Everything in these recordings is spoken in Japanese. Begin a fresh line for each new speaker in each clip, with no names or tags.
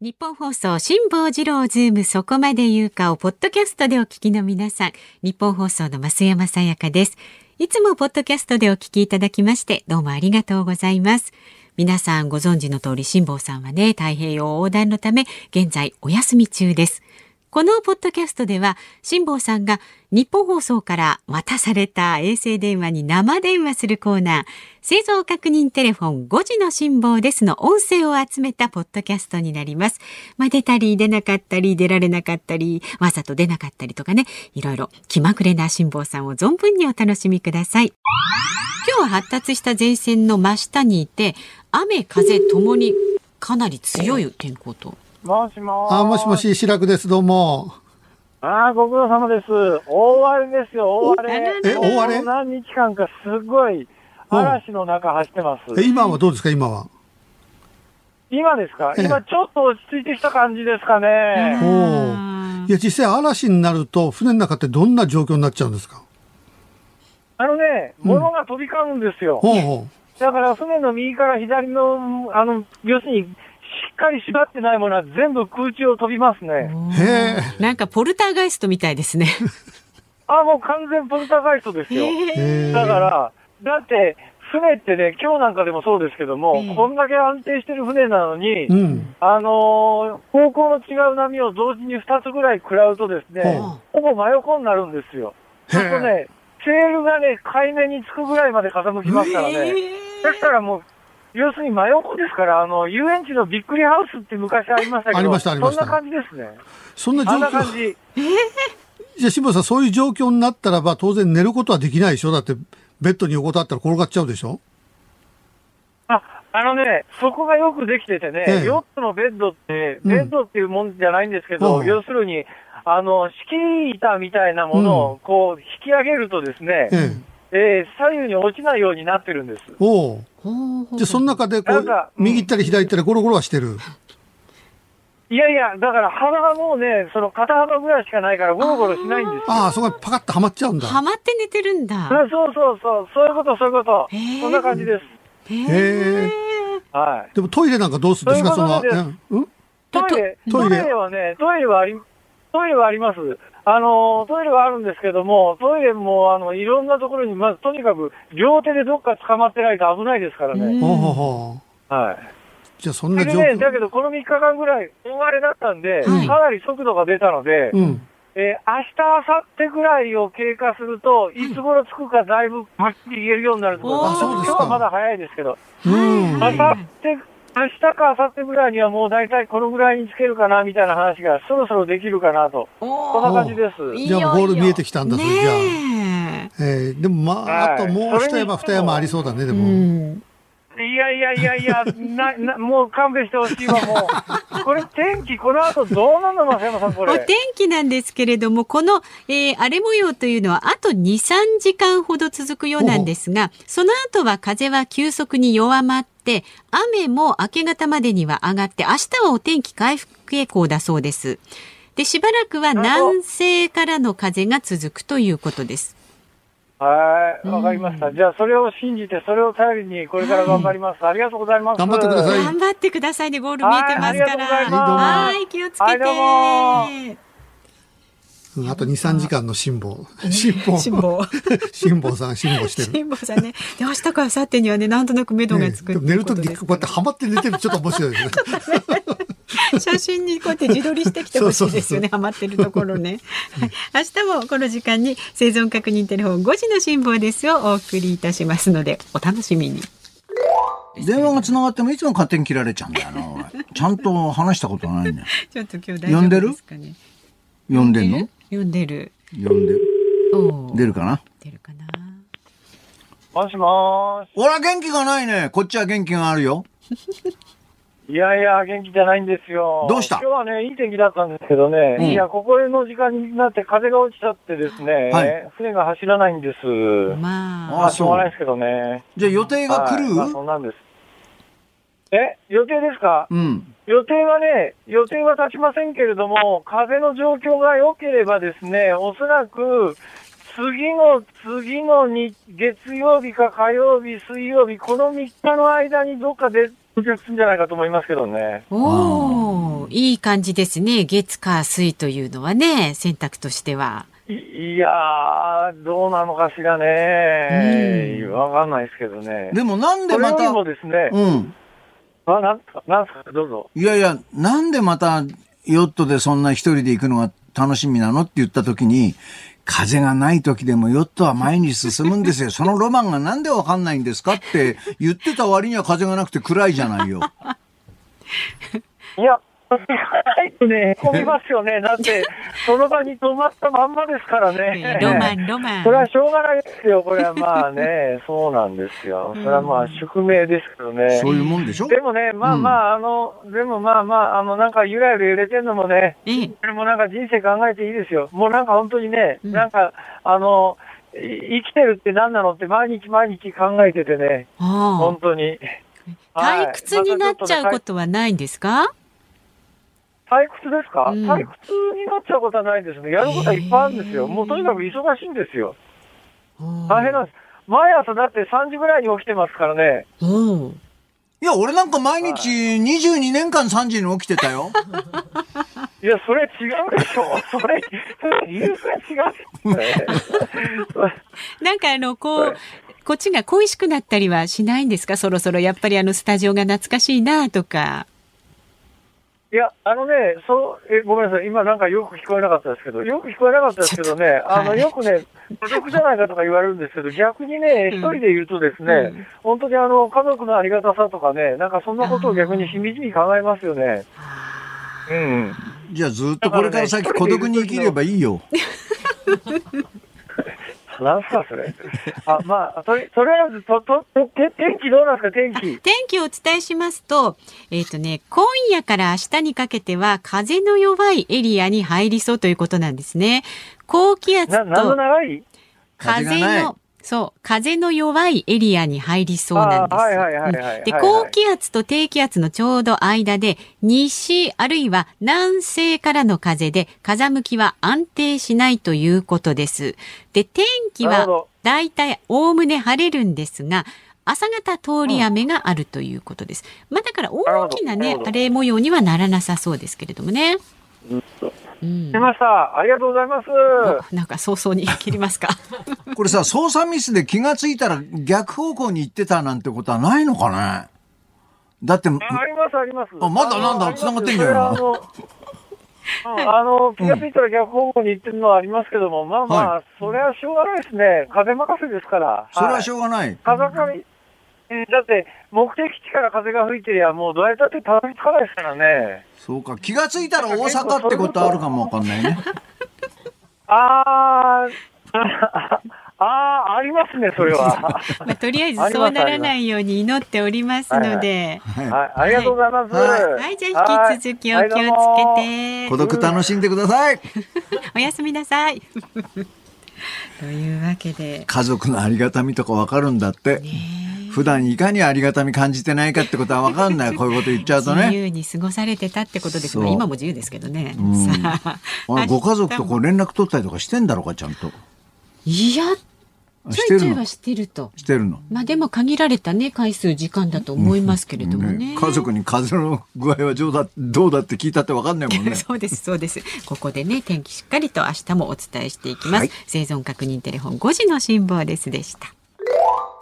日本放送、辛坊治郎ズーム、そこまで言うかを、ポッドキャストでお聞きの皆さん、日本放送の増山さやかです。いつもポッドキャストでお聞きいただきまして、どうもありがとうございます。皆さんご存知の通り、辛坊さんはね、太平洋横断のため、現在お休み中です。このポッドキャストでは、辛坊さんが日本放送から渡された衛星電話に生電話するコーナー、製造確認テレフォン5時の辛坊ですの音声を集めたポッドキャストになります。まあ、出たり出なかったり出られなかったり、わざと出なかったりとかね、いろいろ気まぐれな辛坊さんを存分にお楽しみください。今日は発達した前線の真下にいて、雨風ともにかなり強い天候と。
もしも
あ、もしもし、白くです、どうも。
あご苦労様です。大荒れですよ、大荒れ。
え、大荒れ
何日間かすごい嵐の中走ってます。
え、今はどうですか、今は。
今ですか今ちょっと落ち着いてきた感じですかね。
おいや、実際嵐になると、船の中ってどんな状況になっちゃうんですか
あのね、物が飛び交うんですよ。
ほうほ
うだから船の右から左の、あの、要するに、しっかり縛ってないものは全部空中を飛びますね。
へ
なんかポルターガイストみたいですね。
あ、もう完全ポルターガイストですよ。だから、だって、船ってね、今日なんかでもそうですけども、こんだけ安定してる船なのに、うん、あのー、方向の違う波を同時に2つぐらい食らうとですね、ほぼ真横になるんですよ。そうすね、セールがね、海面につくぐらいまで傾きますからね。ですからもう、要するに真横ですから、あの、遊園地のびっくりハウスって昔ありましたけど、。
ありました、ありました
そんな感じですね。
そんな状況。
んな感じ。
じゃあ、辛坊さん、そういう状況になったらば、当然寝ることはできないでしょだって、ベッドに横たったら転がっちゃうでしょ
あ、あのね、そこがよくできててね、ええ、ヨットのベッドって、ベッドっていうもんじゃないんですけど、うん、要するに、あの、敷き板みたいなものを、こう、引き上げるとですね、えええー、左右に落ちないようになってるんです。
おお。じゃその中でこう、右行ったり左行ったりゴロゴロはしてる。
いやいや、だから幅がもうね、その肩幅ぐらいしかないからゴロゴロしないんですよ。
ああ、そこにパカッとはまっちゃうんだ。
はまって寝てるんだ。
そうそうそう、そういうこと、そういうこと。そんな感じです。
へえ。
はい。
でもトイレなんかどうするんですか、その、
うんトイレ、トイレはね、トイレはあり、トイレはあります。あの、トイレはあるんですけども、トイレも、あの、いろんなところに、まずとにかく、両手でどっか捕まってないと危ないですからね。
ほうほうほ
う。はい。
じゃあ、そんな
状況ね、だけど、この3日間ぐらい、大荒れだったんで、うん、かなり速度が出たので、うん、えー、明日、明後日ぐらいを経過すると、いつ頃着くかだいぶはっきり言えるようになると思います。今日はまだ早いですけど、
うん、
明後日明日か明後日ぐらいにはもう大体このぐらいにつけるかなみたいな話がそろそろできるかなと。こんな感じです。
じゃあゴール見えてきたんだ、それじゃあ。えー、でもまあ、あともう一山二山ありそうだね、でも。
いやいやいやいや、 な、な、もう勘弁してほしいわ、もう。これ天気、この後どうなの、松山さん、これ。
お 天気なんですけれども、この、えー、荒れ模様というのは、あと2、3時間ほど続くようなんですが、その後は風は急速に弱まって、雨も明け方までには上がって、明日はお天気回復傾向だそうです。で、しばらくは南西からの風が続くということです。
はい、わかりました。じゃあ、それを信じて、それを頼りに、これから頑張ります。ありがとうございます。
頑張ってください。
頑張ってくださいね。ゴール見えてますから。、
はい
気をつけて。
あと2、3時間の辛抱。辛抱。
辛抱。
辛抱さん、辛抱してる。
辛抱さんね。で、明日から明後日にはね、なんとなく目処がつく、
寝るときにこうやってハマって寝てるちょっと面白いですね。
写真にこうやって自撮りしてきてほしいですよね。ハマってるところ ね。はい、明日もこの時間に生存確認テレフォン5時の辛抱ですをお送りいたしますので、お楽しみに。
電話が繋がってもいつも勝手に切られちゃうんだよな。 ちゃんと話したことないね。
ちょっと今日大丈夫ですかね。
呼んでんの？
呼んでる。
呼んでる。出るかな？
出るかな。
もしも
ーし。俺は元気がないね。こっちは元気があるよ。
いやいや、元気じゃないんですよ。
どうした
今日はね、いい天気だったんですけどね、うん、いや、ここの時間になって風が落ちちゃってですね、はい、船が走らないんです。
まあ、
まあ、しょうがないですけどね。
じゃあ予定が来る、はい
まあ、そうなんです。え、予定ですか
うん。
予定はね、予定は立ちませんけれども、風の状況が良ければですね、おそらく、次の、次のに、月曜日か火曜日、水曜日、この3日の間にどっかで、到着するんじゃないかと思いますけどね。
おお。もういい感じですね。月、火、水というのはね、選択としては。
いいやー、どうなのかしらね。わかんないですけどね。
でもなんで
それ
ま
より
た、
もですね、
うん。
あ、なんか、なんすか、どうぞ。
いやいや、なんでまたヨットでそんな一人で行くのが楽しみなのって言った時に、風がない時でもヨットは前に進むんです よ。そのロマンがなんでわかんないんですかって言ってた割には風がなくて暗いじゃないよ。
いや、 ないとね、混みますよね。だって、その場に止まったまんまですからね。
ロマン、ロマン。
それはしょうがないですよ。これはまあ ね、そうなんですよ。それはまあ宿命ですけどね。
そういうもんでしょ
でもね、まあまあ、あの、でもまあまあ、あの、なんかゆらゆら揺れてんのもね、
ええ
これもなんか人生考えていいですよ。もうなんか本当にね、
うん
なんか、あの、い生きてるって何なのって毎日毎日考えててね、
あ
本当に。
あ
は い
退屈になっちゃうことはないんですか、
退屈ですか、
うん
退屈になっちゃうことはないですね。やることはいっぱいあるんですよ。もうとにかく忙しいんですよ。大変なんです。毎朝だって3時ぐらいに起きてますからね。
おう
いや、俺なんか毎日22年間3時に起きてたよ。
いや、それ違うでしょ。それ、それ理由が違う ですね。
なんかあの、こう、こっちが恋しくなったりはしないんですかそろそろやっぱりあのスタジオが懐かしいなとか。
いや、あのね、そう、え、ごめんなさい。今なんかよく聞こえなかったですけど、よく聞こえなかったですけどね、あの、
はい
よくね、孤独じゃないかとか言われるんですけど、逆にね、
うん
一人で言うとですね、
うん
本当にあの、家族のありがたさとかね、なんかそんなことを逆にしみじみ考えますよね。うん。
じゃあずっとこれから先孤独に生きればいいよ。
なんすか、それ。あ、まあ、とり、とりあえず、と、と、とて天気どうなんですか、天気。
天気をお伝えしますと、えっ、とね、今夜から明日にかけては風の弱いエリアに入りそうということなんですね。高気圧
な、何の
と
長い
風
風がない
の、そう、風の弱いエリアに入りそうなんです。
あーはいはいはいはい
うんで、
はいはい
高気圧と低気圧のちょうど間で、西あるいは南西からの風で、風向きは安定しないということです。で、天気
なる
は
ほど
だいたいおおむね晴れるんですが、朝方通り雨があるということです。まあだから大きな
な
ね
るほ、ど
晴れ模様にはならなさそうですけれどもね。うん
出。ました。ありがとうございます。
おなんか早々に切りますか。
これさ、操作ミスで気がついたら逆方向に行ってたなんてことはないのかねだって、
あります、あります。
あまだなんだ
あの
繋がってんじゃん
あります よそれはあの、うんあの、気がついたら逆方向に行ってるのはありますけども、まあまあ、
は
それはしょうがないですね。風任せですから。
それはし
ょ
ょうがない。
風上、えだって、目的地から風が吹いてりゃ、もうどうやったってたどり着かないですからね。
そうか。気がついたら大阪ってことあるかもわかんないね。
あー、 あー、ありますね、それ は。
まあ、とりあえずそうならないように祈っておりますので。
は
はい、ありがとうございます。
はい
はい、じゃあ引き続きお気をつ
はいはいどうも
い。
け
孤
て。
独楽しんでください。
おやすみなさい。というわけで。
家族のありがたみとかわかるんだって。普段いかにありがたみ感じてないかってことはわかんない。こういうこと言っちゃうと
自
ね。
由に過ごされてたってことですね。
そう
今も自由ですけどね。
ん
さあ
あご家族とこう
れ。
連絡取ったりとかしてんだろうか、ちゃんと。
いや、
あ
ち
し
ょ
て
いちょい
るの
はしてると。
してるの。
まあでも限られたね、回数、時間だと思いますけれどもね。。
ね家族に風邪の具合はどうだどうだって聞いたってわかんないもん ね
そうです、そうです。ここでね、天気しっかりと明日もお伝えしていきます。
はい
生存確認テレフォン5時の辛抱ですでした。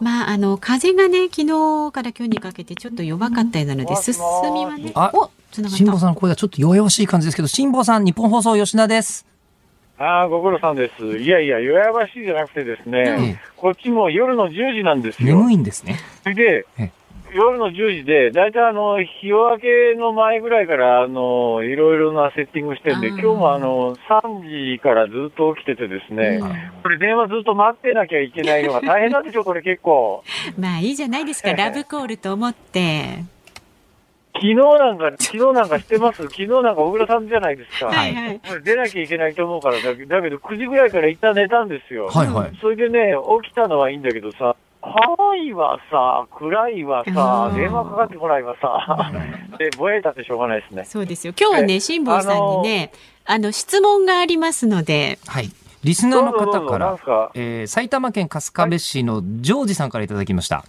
まあ、あの風がね、昨日から今日にかけてちょっと弱かったようなので、進みはね、
あ
お、つながっ
辛
た
坊。さんの声がちょっと弱々しい感じですけど、辛坊さん、日本放送吉田です。
ああ、ご苦労さんです。いやいや、弱々しいじゃなくてですね、こっちも夜の10時なんですよ。
眠いんですね。
それで
え、
夜の10時で、だいたいあの、日を明けの前ぐらいから、あの、いろいろなセッティングしてるんで、
あー
今日もあの、3時からずっと起きててですね、これ電話ずっと待ってなきゃいけないのが大変なんでしょ、これ結構。
まあいいじゃないですか、ラブコールと思って。
昨日なんか、昨日なんかしてます昨日なんか小倉さんじゃないですか。
はいはい。
これ出なきゃいけないと思うからだけど、だけど9時ぐらいから一旦寝たんですよ。
はいはい。
それでね、起きたのはいいんだけどさ、ハワイはさ、暗いは
あ
さ
ー、
電話かかってこないわさ、 で、ぼやいたってしょうがないですね。
そうですよ。今日はね、
え
辛坊さんにね、あの質問がありますので、
はい。リスナーの
どうぞど
方
うぞ
か
なん
ら
すか、
えー埼玉県春日部市のジョージさんからいただきました。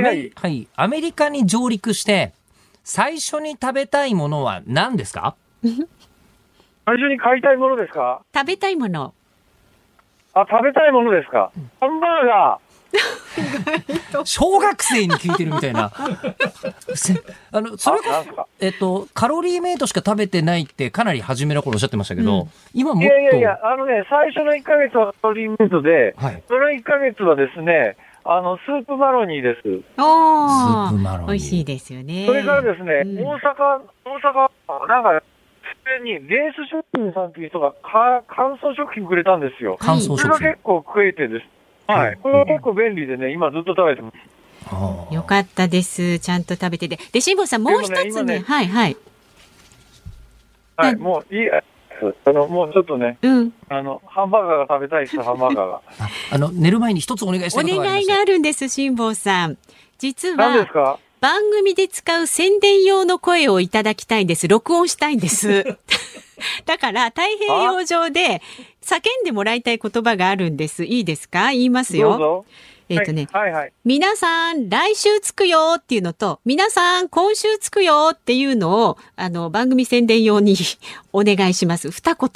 はいは
メ
い
はい、アメリカに上陸して、最初に食べたいものは何ですか
最初に買いたいものですか
食べたいもの。
あ、食べたいものですか、ハンバーガ
小学生に聞いてるみたいな。せあの、それこ
あなんすか
そ、えっと、カロリーメイトしか食べてないってかなり初めの頃おっしゃってましたけど、今も
ー。い
っ
やいや
と。
いや、あのね、最初の1ヶ月はトリーメントで、
はい。
その1ヶ月はですね、あの、スープマロニーです。
お
スープマロニー
お。美味しいですよね。
それからですね、
うん
大阪、大阪、なんか、普通にレース食品さんっていう人がか乾燥食品くれたんですよ。
乾燥
それ
食
が
品。
結構食えてです。は
うん
い。これが結構便利でね、今ずっと食べてます。
あ
よかったです。ちゃんと食べてて。で、辛坊さん、もう一
で
つ
もね
ね、
今ね
はいはい。
は
う
い。
ん
もういいや、あの、もうちょっとね、
うん。
あの、ハンバーガーが食べたいです、ハンバーガ ーが。
ーああの、寝る前に一つお願いし
お
たいことがあ
願い
りました
があるんです、辛坊さん。実
何です
は、
か
番組で使う宣伝用の声をいただきたいんです。録音したいんです。 だから、太平洋上で叫んでもらいたい言葉があるんです。いいですか言います
どう
よ。
ぞ。
えっ、とね、
はい、はいはい。
皆さん、来週着くよっていうのと、皆さん、今週着くよっていうのを、あの、番組宣伝用に お願いします。二言。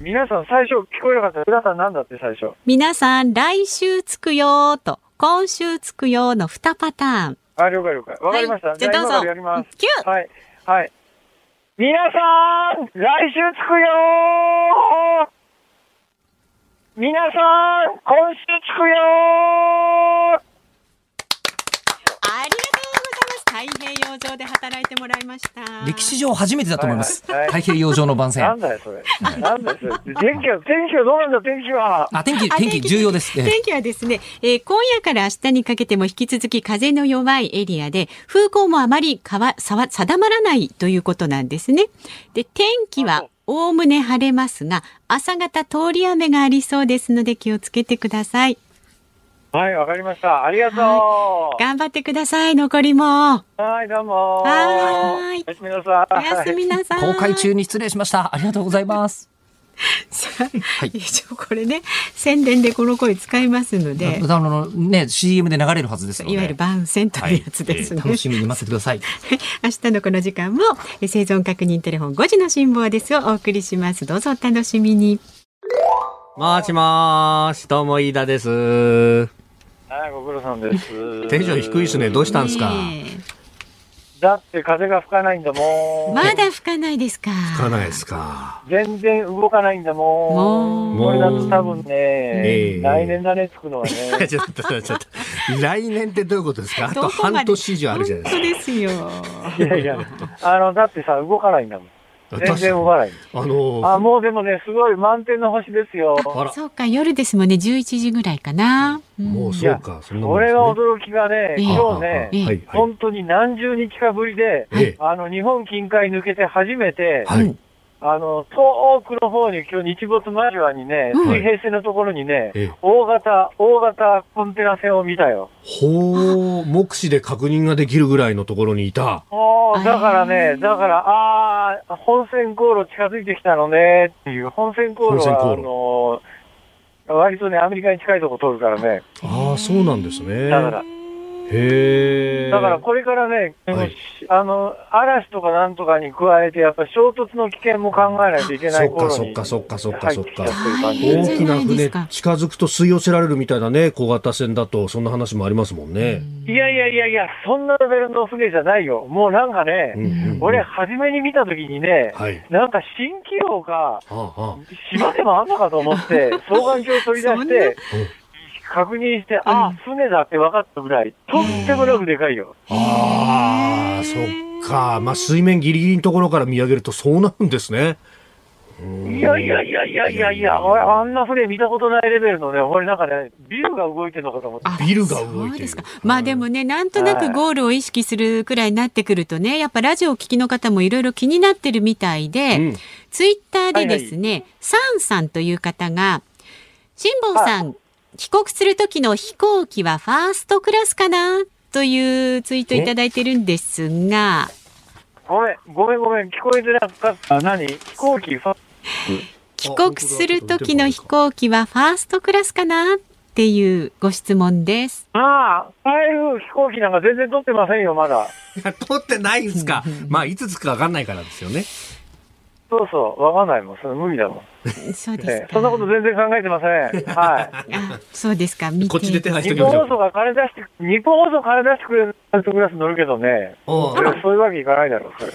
皆さん最初聞こえなかった。皆さん何だって最初。
皆さん、来週着くよと、今週着くよの二パターン。
あ、了解了解。わかりました。
はい
じゃあ
じゃあどうぞ
今からやります。
キュー
はい。はい。皆さん、来週着くよー皆さん、今週着くよー
ありがとうございます。太平洋上で働いてもらいました。
歴史上初めてだと思います。
はいはいは
太平洋上の番宣。
なんだよ、それ。なんだよ、それ。天気は、天気はどうなんだ、天気は。
あ、天気、
あ
天気重要です。ええ
天気はですね、えー今夜から明日にかけても引き続き風の弱いエリアで、風向もあまり変わさわ定まらないということなんですね。で、天気はおおむね晴れますが、朝方通り雨がありそうですので気をつけてください。
はい、わかりました。ありがと
頑張ってください、残りも。
う。はい、どうも。
はーい
おやすみなさい。
おやすみなさい。
公 開中に失礼しました。ありがとうございます。
はい。一応これね、宣伝でこの声使いますので、
あのね、CM で流れるはずですので。
いわゆる番宣と
はいいう
やつです
え
ね。
ー楽しみに待っててくだ さい。
はい明日のこの時間もえー生存確認テレフォン5時の辛抱ですをお送りしますどうぞお楽しみに
もーしもーし、どうも飯田です。
はい、ご苦労さんです。
テンション低いっすね。どうしたんですか
ね
だって風が吹かないんだも
え
ん。
まだ吹かないですか
聞かないですか。
全然動かないんだもん。
も
こ
う
れだと多分
え
ね
え、
来年だね、つくのはね。
ちょっと、ちょっとちょっと。来年ってどういうことですかあ
どことまで
半年以上あるじゃないです
本当ですよ
いやいや、あの、だってさ、動かないんだ もん。
か。
全然動かない。
あの
あ、もうでもね、すごい満点の星ですよ。
あら
そうか夜ですもんね11時ぐらいかな、うん
もう
い
そう
や
か、、そんなも
こ
んで
れ
す
が
ね。
驚きがね、
ええ
今日ね
え、え
はい、はい。
本当に何十日かぶりで、
ええ
あの、日本近海抜けて初めて、
はい。
あの、遠くの方に今日日没間際にね、
うん
水平線のところにね
ええ、
大型、大型コンテナ船を見たよ。
ほう、目視で確認ができるぐらいのところにいた。
もう、だから
あ
ね、
ー
だから、ああ、本線航路近づいてきたのね、っていう、本線航路は、
本
あのー、割とね、アメリカに近いとこ通るからね。
ああ、そうなんですね。
だから、
へえ。
だからこれからね、でも
はい
あの、嵐とかなんとかに加えて、やっぱ衝突の危険も考えないといけない頃に。
そっかそっかそっかそっかそっか
入ってきたってい
大変
う感じで
大きな船近づくと吸い寄せられるみたいなね、小型船だと、そんな話もありますもんね。
いやいやいやいや、そんなレベルの船じゃないよ。もうなんか
う
ね、
んうんうん
俺、初めに見た時にね、
はい。
なんか新機能か、
ああああ
島でもあんのかと思 って、双眼鏡を取り出して、確認して、ああ、船だって分かったぐらい、とってもなくでかいよ。
ああ、そっか。まあ、水面ギリギリのところから見上げるとそうなるんですね。
いやいやいやいやいやいや、俺、あんな船見たことないレベルのね、俺なんかね、ビルが動いてるのかと思って。
ビルが動い
そ
てる
うですかまあでもね、なんとなくゴールを意識するくらいになってくるとね、やっぱラジオを聞きの方もいろいろ気になってるみたいで、
うん
ツイッターでですね、サンさんという方が、辛坊さん、帰国する時の飛行機はファーストクラスかなというツイートいただいてるんですが、
ごめん、ごめんごめん、聞こえてなかった。何飛行機ファ
帰国する時の飛行機はファーストクラスかなっていうご質問です。
ああ、台風、飛行機なんか全然撮ってませんよ、まだ。
取ってないんすか。まあ、いつつくか分かんないからですよね。
そうそう、わかんないもん。それ無理だもん。
そうです
え
か。
えそんなこと全然考えてません。 はい。
あそうですか。見て
こっち出てない人
日
来ま
本
しょ
放
う。
送が金出して、日本放送金出してくれるサントグラス乗るけどね。
お
それそういうわけいかないだろ、そ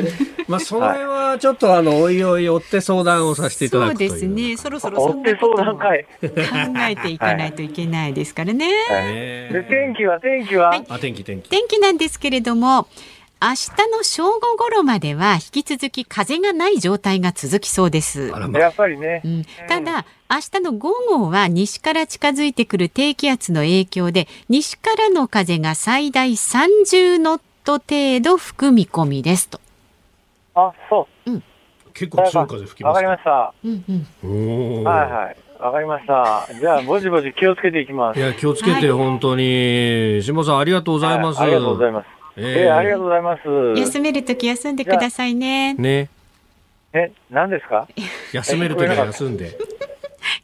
れ。
まあ、その辺はちょっと、あの、おいおい追って相談をさせていただ
そう
くとい
で
う。
すね。そろそろそ
追
ん
って
なこと
相
も
談
考
会。
えていかないといけないですからね。
ね
で、天気は、天気は、
はい
あ、天気、天気。
天気なんですけれども、明日の正午頃までは引き続き風がない状態が続きそうです。
あらまあ
やっぱりね
う。ん、ただ、明日の午後は西から近づいてくる低気圧の影響で、西からの風が最大30ノット程度吹く見込みですと。
あ、そ
結
う。
構強い風吹き
わか
ます
り
ね。
ました。は
うんうん、
おー
いはい。わかりました。じゃあ、ぼちぼち気をつけていきます。
いや、気をつけ
はい
て、本当に。辛坊さん、ありがとうございます。
はいありがとうございます。ええありがとうございます。
休めるとき休んでくださいね。
ね。
え、何ですか
休めるときは休んで。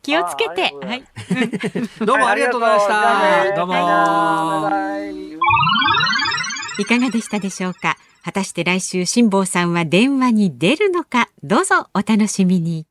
気をつけて。
ああ
は
あり
い。
どうもありがとうございまし
はいあり
た。
が
ど
と
う
う
も
ございます
ー。
いかがでしたでしょうか果たして来週辛坊さんは電話に出るのかどうぞお楽しみに。